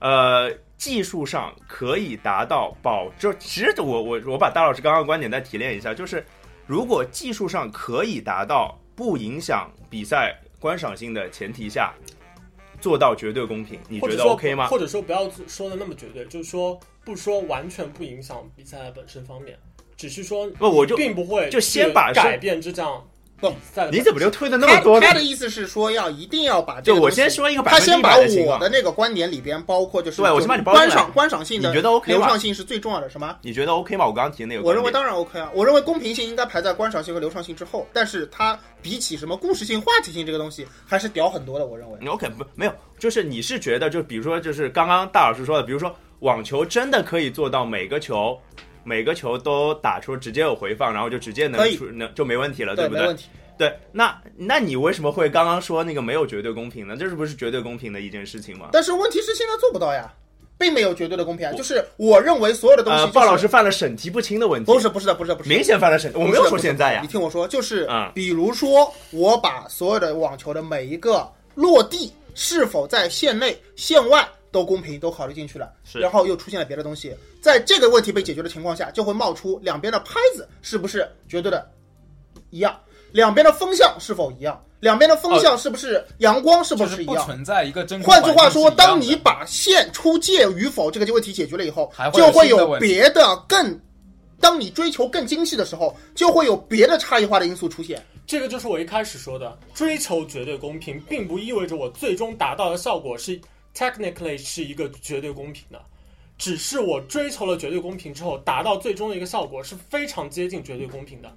A: 呃技术上可以达到保，就其实我我我把大老师刚刚的观点再提炼一下，就是如果技术上可以达到不影响比赛观赏性的前提下，做到绝对公平，你
D: 或
A: 觉
D: 者
A: 得
D: 说
A: OK 吗？
D: 或者说不要说的那么绝对，就是说不说完全不影响比赛本身方面，只是说
A: 不，我就
D: 并不会
A: 就先把
D: 去改变这项比赛的本质。
A: 你怎么就推的那么多呢
B: 他？他的意思是说要一定要把这
A: 就
B: 个
A: 我
B: 东西
A: 先，说一个百
B: 他
A: 分之
B: 先
A: 一
B: 把
A: 百的情
B: 我
A: 况
B: 的，那个观点里边，包括就是
A: 对我先把你包出来
B: 观赏观赏性
A: 你
B: 的
A: 觉得 OK 嗯
B: 流
A: 吗
B: 畅？性是最重要的，什么？
A: 你觉得 OK 吗？我刚刚提的那个观
B: 我
A: 点，
B: 认为当然 OK 啊，我认为公平性应该排在观赏性和流畅性之后，但是它比起什么故事性、话题性这个东西，还是屌很多的。我认为，
A: 你 OK 不没有，就是你是觉得，就比如说，就是刚刚大老师说的，比如说网球真的可以做到每个球，每个球都打出直接有回放，然后就直接
B: 可
A: 能
B: 以
A: 出能就没问题了，
B: 对，
A: 不
B: 没
A: 对啊
B: 问？题。
A: 对，那那你为什么会刚刚说那个没有绝对公平呢？这是不是绝对公平的一件事情吗？
B: 但是问题是现在做不到呀，并没有绝对的公平啊。就是我认为所有的东西、
A: 呃，
B: 就是，
A: 鲍老师犯了审题不清的问题，
B: 不是不是的，不是的不是的，
A: 明显犯了审，我没有说现在呀
B: 你，听我说，就是
A: 嗯
B: 比如说，我把所有的网球的每一个落地是否在线内、线外都公平都考虑进去了，
A: 是
B: 然后又出现了别的东西，在这个问题被解决的情况下，就会冒出两边的拍子是不是绝对的一样，两边的风向是否一样，两边的风
A: 哦
B: 向是不是阳光是
C: 就
B: 不
C: 是
B: 是一
C: 不
B: 样？
C: 存在一个真空
B: 换
C: 环
B: 句
C: 境是一样
B: 话
C: 的。
B: 说，当你把线出界与否这个问题解决了以后
C: 还，会有
B: 就会
C: 新的
B: 有
C: 问题
B: 别的更。当你追求更精细的时候，就会有别的差异化的因素出现。
D: 这个就是我一开始说的，追求绝对公平，并不意味着我最终达到的效果是 technically 是一个绝对公平的，只是我追求了绝对公平之后，达到最终的一个效果是非常接近绝对公平的。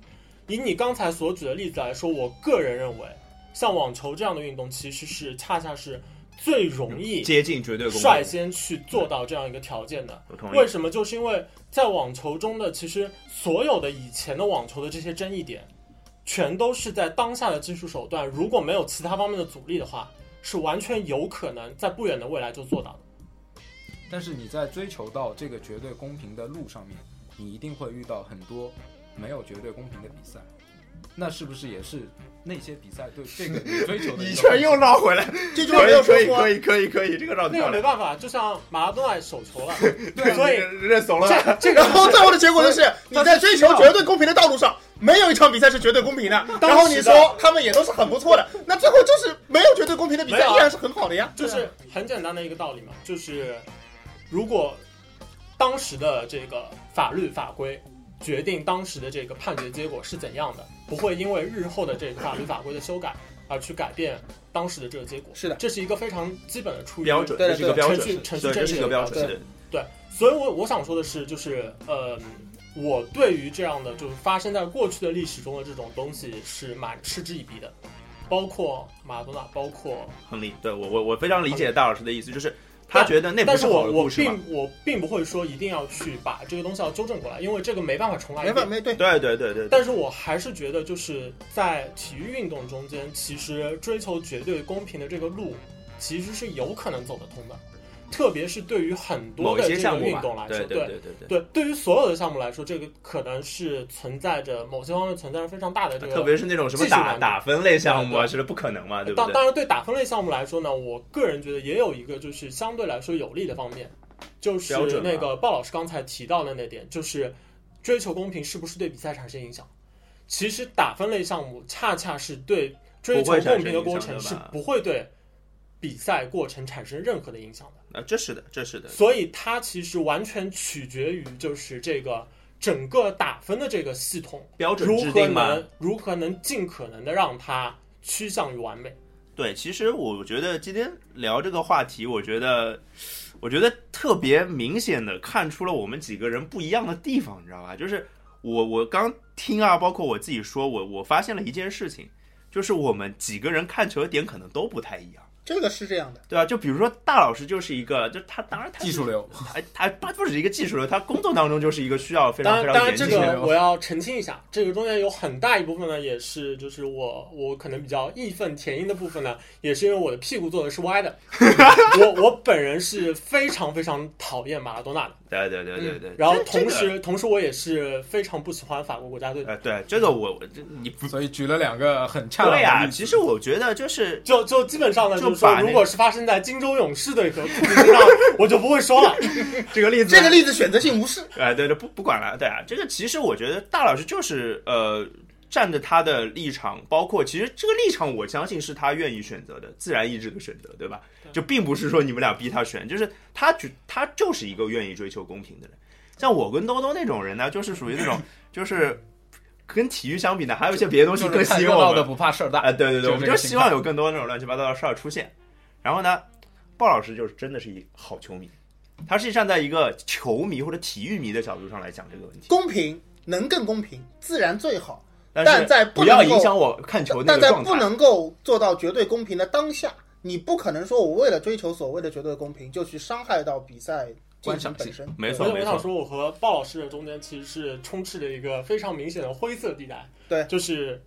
D: 以你刚才所举的例子来说，我个人认为，像网球这样的运动其实是恰恰是最容易
A: 接近绝对公
D: 率
A: 平。
D: 先去做到这样一个条件的。
A: 我同意
D: 为什么？就是因为在网球中的，其实所有的以前的网球的这些争议点，全都是在当下的技术手段，如果没有其他方面的阻力的话，是完全有可能在不远的未来就做到的。
C: 但是你在追求到这个绝对公平的路上面，你一定会遇到很多没有绝对公平的比赛。那是不是也是那些比赛对这个你追求的一个问题
A: 绕回来，
B: 这句话
A: 可
B: 没有
A: 以
B: 说
A: 可以
B: 错啊
A: 可。以可以可以，这个绕
D: 那
A: 掉
D: 个没
A: 了，
D: 办法，就像马拉多纳手球了，
A: 对
D: 所 以
A: 认认怂了吧。
D: 这这个
B: 然后最后的结果就是，你在追求绝对公平的道路上，没有一场比赛是绝对公平的。
D: 当
B: 然后你
D: 时的
B: 说他们也都是很不错的，那最后就是没有绝对公平的比赛，
D: 没有啊
B: 依然是很好的呀。
D: 就是很简单的一个道理嘛，就是如果当时的这个法律法规决定当时的这个判决结果是怎样的，不会因为日后的这个法律法规的修改而去改变当时的这个结果。
B: 是的
D: 这是一个非常基本的出于
A: 标准，
B: 对对
A: 这是一个标准，
D: 程序程序
A: 对，
D: 正
A: 这
D: 义
A: 是一
D: 的
A: 个标
B: 标
A: 准，
B: 准
A: 是
D: 所以我，我想说的是，就是呃，我对于这样的就是发生在过去的历史中的这种东西是蛮嗤之以鼻的，包括马拉多纳，包括
A: 亨利。对我我我非常理解大老师的意思，就是他觉得那不
D: 但是
A: 好
D: 我
A: 的
D: 我
A: 故事嘛。
D: 并我并不会说一定要去把这个东西要纠正过来，因为这个没办法重来
B: 没
D: 一
B: 办
D: 遍。
B: 没对，
A: 对对对对，对
D: 但是我还是觉得，就是在体育运动中间，其实追求绝对公平的这个路，其实是有可能走得通的，特别是对于很多
A: 某一
D: 的
A: 些
D: 这个
A: 项目
D: 运
A: 吧
D: 动来，说，
A: 对对对对
D: 对，对于所有的项目来说，这个可能是存在着某些方面存在着非常大的这
A: 对，
D: 个。
A: 特别是那种什么
D: 技术难
A: 打打
D: 度
A: 分类项目啊，
D: 对
A: 是不可能嘛，对不
D: 当
A: 对？
D: 当然，对打分类项目来说呢，我个人觉得也有一个就是相对来说有利的方面，就是
A: 标准嘛
D: 那个鲍老师刚才提到的那点，就是追求公平是不是对比赛产生影响？其实打分类项目恰恰是对追
A: 不
D: 求
A: 会产
D: 公
A: 生
D: 平的过
A: 影
D: 程
A: 响
D: 是
A: 的吧
D: 不会对比赛过程产生任何的影响的。
A: 啊，这是的，这是的，
D: 所以它其实完全取决于就是这个整个打分的这个系统
A: 标准
D: 如
A: 制
D: 何
A: 定嘛，
D: 能如何能尽可能的让它趋向于完美。
A: 对，其实我觉得今天聊这个话题，我觉得，我觉得特别明显的看出了我们几个人不一样的地方，你知道吧？就是我我刚听啊，包括我自己说，我我发现了一件事情，就是我们几个人看球的点可能都不太一样，
B: 这个是这样的。
A: 对吧？就比如说大老师就是一个，就他当然他
C: 技术，流，
A: 他他他不止一个技术流，他工作当中就是一个需要非常
D: 当
A: 非
D: 然，
A: 常
D: 当
A: 严
D: 然，
A: 谨
D: 这
A: 的
D: 个我要澄清一下，这个中间有很大一部分呢，也是就是我我可能比较义愤填膺的部分呢，也是因为我的屁股坐的 是歪的。我我本人是非常非常讨厌马拉多纳的，
A: 对对对对对。
D: 嗯然后
A: 这
D: 同，
A: 这
D: 时、
A: 个
D: 同时我也是非常不喜欢法国国家队的。
A: 呃，对这个我我这你不
C: 所以举了两个很恰当的
A: 对
C: 例
A: 呀、
C: 子
A: 其实我觉得就是
D: 就就基本上呢，
A: 就
D: 就是说
A: 把，那
D: 如果是发生在荆州勇士队和库里身上，我就不会 说了。
A: 这个例
B: 这个例子选择性无视，
A: 哎，对对，不不管了，对啊，这个其实我觉得大老师就是呃，站着他的立场，包括其实这个立场，我相信是他愿意选择的，自然意志的选择，对吧？就并不是说你们俩逼他选，就是他觉他就是一个愿意追求公平的人。像我跟兜兜那种人呢，就是属于那种就是跟体育相比呢，还有一些别的东西
C: 就是
A: 更
C: 看
A: 吸引
C: 热
A: 我
C: 闹
A: 们
C: 的。不怕事儿大。
A: 啊，对对对，
C: 就是
A: 我们
C: 这
A: 就
C: 个
A: 希
C: 心
A: 望
C: 态
A: 有更多那种乱七八糟的事儿出现。然后呢，鲍老师就是真的是一好球迷，他是站在一个球迷或者体育迷的角度上来讲这个问题，
B: 公平能更公平，自然最好。
A: 但
B: 但
A: 是
B: 在不
A: 不要
B: 能够
A: 影响我看球那
B: 但
A: 个
B: 在
A: 状
B: 不
A: 态。
B: 能够做到绝对公平的当下，你不可能说我为了追求所谓的绝对公平，就去伤害到比赛进行本身。
A: 没错
D: 所以我
A: 没
D: 想
A: 错，
D: 说，我和鲍老师的中间其实是充斥着一个非常明显的灰色地带。
B: 对
D: 就是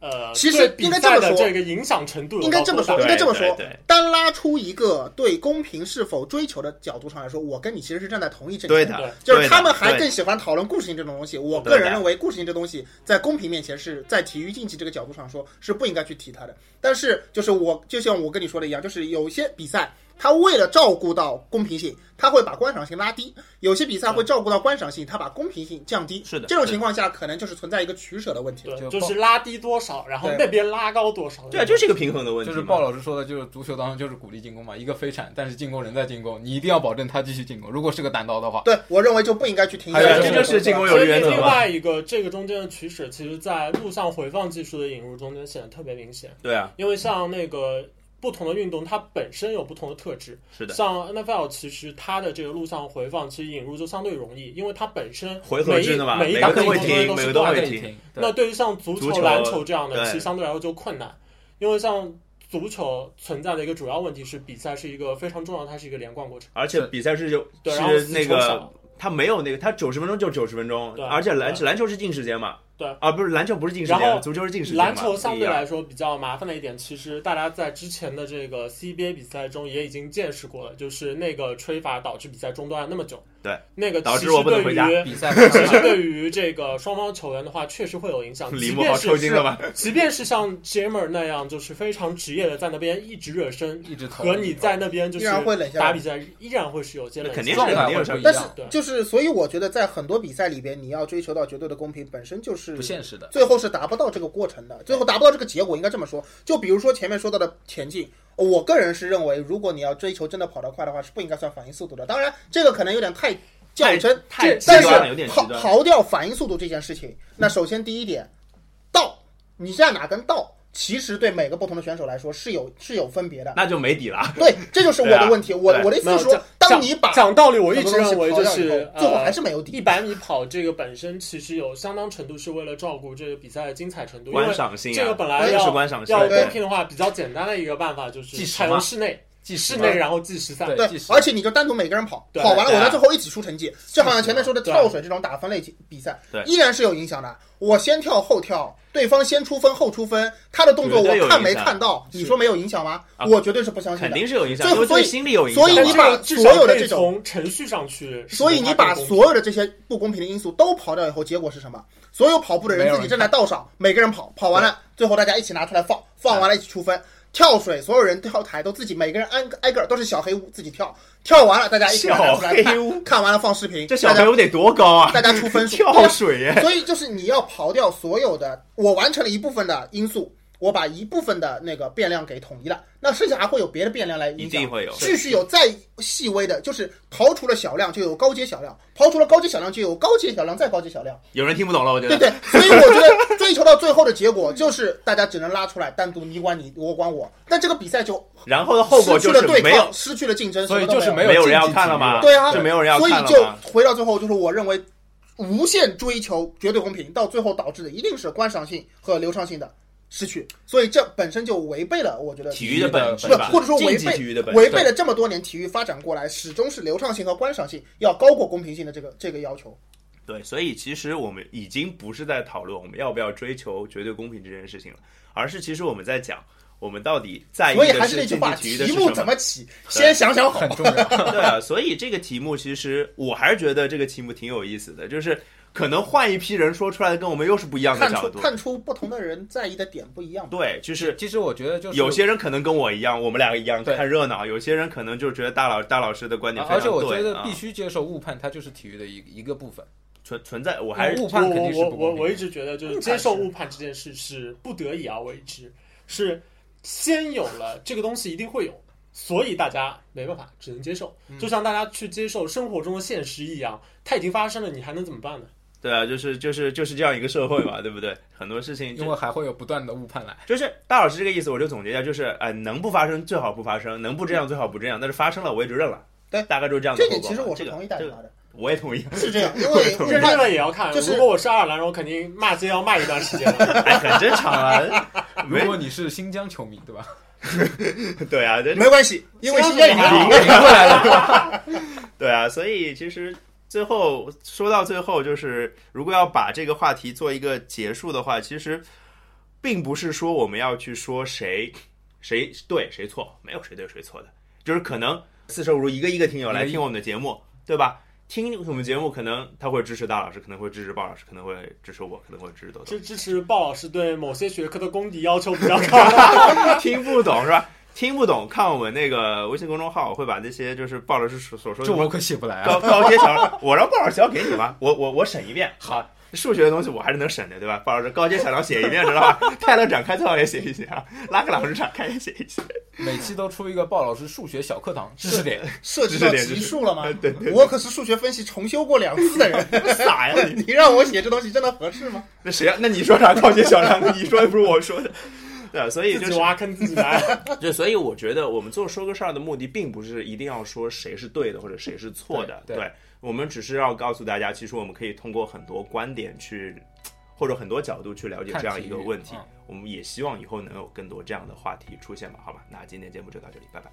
D: 呃，
B: 其实
D: 对比
B: 应该这
D: 赛
B: 么
D: 的
B: 说
D: 这个影响程度有
B: 应该
D: 到
B: 这么
D: 多少
B: 说，应该这么说
A: 对对对，
B: 单拉出一个对公平是否追求的角度上来说，我跟你其实是站在同一阵
A: 对
B: 线。
A: 的，
B: 就是他们还
A: 对的
B: 更喜欢讨论故事性这种东西。我
A: 对的
B: 个人认为，故事性这东西在公平面前是在体育竞技这个角度上说是不应该去提它的。但是，就是我就像我跟你说的一样，就是有些比赛，他为了照顾到公平性，他会把观赏性拉低；有些比赛会照顾到观赏性，他把公平性降低。
A: 是的
B: 这种
A: 是的
B: 情况下可能就是存在一个取舍的问题了。
D: 对，
C: 就
D: 就是拉低多少，然后
B: 对
D: 那边拉高多少。
A: 对啊，就是一个平衡的问题
C: 就
A: 嘛。
C: 是鲍老师说的，就是足球当中就是鼓励进攻嘛，一个飞铲，但是进攻人在进攻，你一定要保证他继续进攻。如果是个单刀的话，
B: 对我认为就不应该去停下
A: 对啊，
C: 还
A: 这
C: 有一
B: 来。
C: 种
A: 就是进攻有
D: 所
A: 利
D: 以
A: 原则
D: 另
A: 嘛。
D: 外一个这个中间的取舍，其实在录像回放技术的引入中间显得特别明显，
A: 对啊，
D: 因为像那个不同的运动，它本身有不同的特质。
A: 是的，
D: 像 NFL 其实它的这个录像回放其实引入就相对容易，因为它本身
A: 回合制的嘛，
D: 每一
A: 每个
D: 每一档
A: 都会
D: 进攻
A: 停，
D: 都
A: 每
D: 是
A: 个
D: 都
A: 都
D: 还
A: 会
C: 得
A: 停。
C: 停。
D: 那对于像足
A: 足球
D: 篮球这样的，
A: 对
D: 其实相对来说就困难，因为像足球存在的一个主要问题是，比赛是一个非常重要，它是一个连贯过程。
A: 而且
C: 是
A: 比赛是有
D: 对，然后
A: 是
D: 丝
A: 那
D: 绸
A: 个
D: 少
A: 他没有那个，他九十分钟就九十分钟，
D: 对
A: 而且篮
D: 对
A: 球篮球是净时间嘛，
D: 对
A: 啊，不是篮球不是净时
D: 然
A: 间，
D: 后
A: 足球是净时间嘛，
D: 篮球相对
A: 不一样
D: 来说比较麻烦的一点，其实大家在之前的这个 CBA 比赛中也已经见识过了，就是那个吹罚导致比赛中断了那么久。
A: 对，
D: 那个
A: 导致
D: 其实
A: 我不能
D: 对
A: 回家
D: 于
C: 比赛
D: 其实对于这个双方球员的话，确实会有影响。
A: 李
D: 即
A: 默豪
D: 便
A: 抽
D: 是
A: 筋了吧？
D: 即便是像 Jammer 那样，就是非常职业的在那边一直热身，
C: 一直投
D: 和你在那边就
B: 依
D: 是
B: 然会冷下
D: 打
B: 来
D: 比，赛依然会是有些冷
A: 肯
D: 静
A: 定
D: 的
A: 是
C: 状
A: 肯
C: 态
A: 定
C: 会
A: 是
C: 不一
B: 但
C: 样
B: 是。
D: 对
B: 就是，所以我觉得在很多比赛里边，你要追求到绝对的公平，本身就是是
C: 不现实的。
B: 最后是达不到这个过程的，最后达不到这个结果，应该这么说。就比如说前面说到的田径，我个人是认为，如果你要追求真的跑得快的话，是不应该算反应速度的。当然，这个可能有点太较真，
A: 太
B: 但
A: 极
B: 是
A: 端了，有点极
B: 刨
A: 端。
B: 刨掉反应速度这件事情，那首先第一点，道，你在哪跟道，其实对每个不同的选手来说是有是有分别的。
A: 那就没底了。
B: 对，这就是我
A: 对
B: 的
A: 啊
B: 问题。我
A: 对
B: 我的意
D: 没
B: 思
D: 有
B: 是说
D: 讲，
B: 当
D: 讲
B: 你把
D: 讲道理，我一
B: 很
D: 直
B: 多东西
D: 认为就
B: 刨掉以
D: 是
B: 后最后
D: 呃
B: 还是没有底。
D: 一百米跑这个本身其实有相当程度是为了照顾这个比赛的精彩程度，因
A: 观
D: 为
A: 赏性啊，
D: 这个本来
A: 这
D: 要
A: 是观赏性
D: 要
A: 啊。
B: 对
D: 公平的话，比较简单的一个办法就是
C: 计时
D: 采
C: 嘛
D: 用室内，
C: 计
D: 室
C: 时
D: 内然后计时赛。
C: 对
B: 对
C: 计，时
B: 而且你就单独每个人跑，
D: 对
B: 跑完了
A: 对
B: 我
A: 啊
B: 在最后一起出成绩，就好像前面说的
D: 对
B: 跳水这种打分类比赛
A: 对，
B: 依然是有影响的。我先跳后跳，对方先出分后出分，他的动作
A: 绝对有
B: 我看没
A: 影响
B: 看到，你说没有影响吗
A: 啊？
B: 我绝对是不相信
A: 肯
B: 的。
A: 定是有影响，
B: 最
A: 因
B: 后
A: 为对心理有影响嘛。
B: 所以
D: 但
B: 你
D: 这
B: 把
D: 个至少
B: 所有的
D: 可以
B: 这种
D: 从程序上去，
B: 所以你把所有的这些不公平的因素都刨掉以后，结果是什么？所有跑步的
C: 没有
B: 人自
C: 人
B: 己站在道上，每个人跑，跑完了，最后大家一起拿出来放，放完了一起出分。跳水，所有人跳台都自己，每个人挨个挨个都是小黑屋自己跳，跳完了大家一起拿出来
A: 小黑屋
B: 看，看完了放视频，
A: 这小
B: 大家
A: 朋友得多高啊！
B: 大 家出 分数，
A: 跳水耶！
B: 所以就是你要刨掉所有的，我完成了一部分的因素，我把一部分的那个变量给统一了，那剩下还会有别的变量来
A: 一
B: 影
A: 定
B: 响。
A: 会有。
B: 继续有再细微的，就是刨除了小量就有高阶小量，刨除了高阶小量就有高阶小量再高阶小量，
A: 有人听不懂了，我觉
B: 对
A: 得。
B: 对。所以我觉得追求到最后的结果就是大家只能拉出来单独你管你我管我，但这个比赛就
A: 然后的后果
B: 失
A: 就
B: 去了
A: 是
B: 对
A: 没有
B: 抗，失去了竞争，
C: 所以
B: 什么都
C: 就是
B: 没有
A: 没
C: 没
A: 有
C: 竞
A: 人要
C: 技
A: 看
C: 体
A: 了
C: 育
A: 吗
B: 对啊，
A: 就没有人要
B: 所以
A: 看了
B: 就
A: 吗
B: 回到最后，就是我认为无限追求绝对公平，到最后导致的一定是观赏性和流畅性的失去，所以这本身就违背了我觉得
A: 体育的本质
B: 不
A: 吧，
B: 或者说违
A: 竞
B: 背
A: 技体育的本
B: 违
A: 质。
B: 背了这么多年体育发展过来，始终是流畅性和观赏性要高过公平性的这个这个要求。
A: 对，所以其实我们已经不是在讨论我们要不要追求绝对公平这件事情了，而是其实我们在讲我们到底在意
B: 所以
A: 的
B: 还是那
A: 是
B: 句
A: 竞
B: 话，
A: 技体育的
B: 题
A: 是
B: 目
A: 什
B: 怎
A: 么。
B: 么起，先想想好
C: 很。重要。
A: 对啊，所以这个题目其实我还是觉得这个题目挺有意思的，就是可能换一批人说出来的跟我们又是不一样的
B: 看
A: 角
B: 出
A: 度。
B: 看出不同的人在意的点不一样吧，
A: 对，就是
C: 其实我觉得就是
A: 有些人可能跟我一样，我们两个一样
C: 对
A: 看热闹；有些人可能就觉得大老大老师的观点
C: 啊
A: 非常
C: 而且
A: 对，
C: 我觉得
A: 啊
C: 必须接受误判，它就是体育的一一个部分。
A: 存存在，我
D: 我
A: 还是
C: 误判肯定是
D: 我
C: 不
D: 我我
C: 公平
D: 我一直觉得，就是接受误判这件事是不得已而为之，是先有了这个东西一定会有，所以大家没办法，只能接受。
C: 嗯
D: 就像大家去接受生活中的现实一样，它已经发生了，你还能怎么办呢？
A: 对啊，就是就是就是这样一个社会嘛，对不对？很多事情就
C: 因为还会有不断的误判来。
A: 就是大老师这个意思，我就总结一下，就是呃，能不发生最好不发生，能不这样最好不这样，但是发生了我也就认了。
B: 对
A: 大概就是这样的
B: 这
A: 后果
B: 点
A: 吧。
B: 其实我
A: 这
B: 是
A: 个
B: 同意大家
A: 这
B: 的
A: 个，我也同意。
B: 是 这样，因为
A: 同
B: 误
A: 意
D: 认
B: 判
D: 了也要看。
B: 就是
D: 如果我是爱尔兰人，我肯定骂街要骂一段时间了。
A: 哎， 很正常啊，
C: 如
A: 没
C: 果你是新疆球迷，对吧？
A: 对啊，这
B: 没关系，因为现在已经
D: 行
B: 赢
D: 了
B: 了。
C: 赢过来了，
A: 对啊，所以其实最后说到最后，就是如果要把这个话题做一个结束的话，其实并不是说我们要去说谁谁对谁错，没有谁对谁错的，就是可能四舍五入一个一个听友来听我们的节目，对吧？听我们节目，可能他会支持大老师，可能会支持鲍老师，可能会支持我，可能会支持豆豆。
D: 支支持鲍老师对某些学科的功底要求比较 高。
A: 听不懂是吧？听不懂，看我们那个微信公众号，我会把那些就是鲍老师所所说的
C: 这我可写不来
A: 高
C: 啊。
A: 高阶小梁，我让鲍老师教给你吧，我我我审一遍。
C: 好，
A: 数学的东西我还是能审的，对吧？鲍老师高阶小梁写一遍，知道吧？ 泰勒展开最好也写一写啊，拉格朗日展开也写一写。
C: 每期都出一个鲍老师数学小课堂知识点，
B: 涉及到级数了吗？
A: 啊对对
B: 我可是数学分析重修过两次的人，
A: 傻呀你！
B: 你让我写这东西真的合适吗？
A: 那谁呀？那你说啥？高阶小梁，你说的不是我说的。对啊，所以
D: 自
A: 就
D: 己
A: 是
D: 挖坑自己埋。
A: 就所以我觉得我们做说个事儿的目的，并不是一定要说谁是对的或者谁是错的，
C: 对对
A: 我们只是要告诉大家，其实我们可以通过很多观点去，或者很多角度去了解
C: 看
A: 这样一
C: 体
A: 个
C: 育
A: 问题
C: 嗯。
A: 我们也希望以后能有更多这样的话题出现吧，好吧？那今天节目就到这里，拜拜。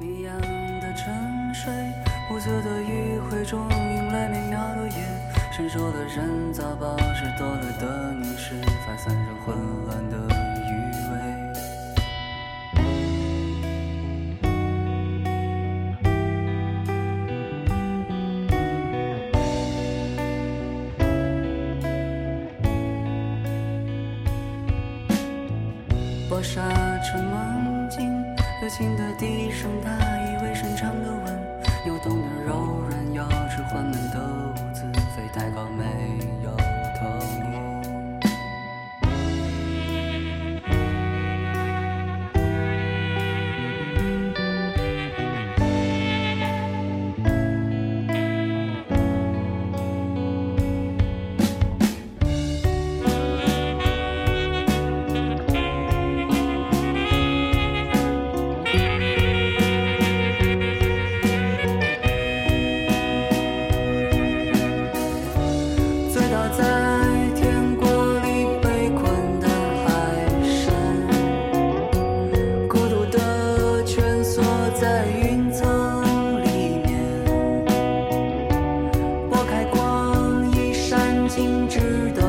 E: 谜样的沉睡，无策的迂回中迎来美妙的夜。伸手的人造宝石，多了的凝视，发散着混乱的余味。薄纱成梦境，柔情的低声大意，为深长的吻，扭动的柔软，摇至缓慢的舞心知道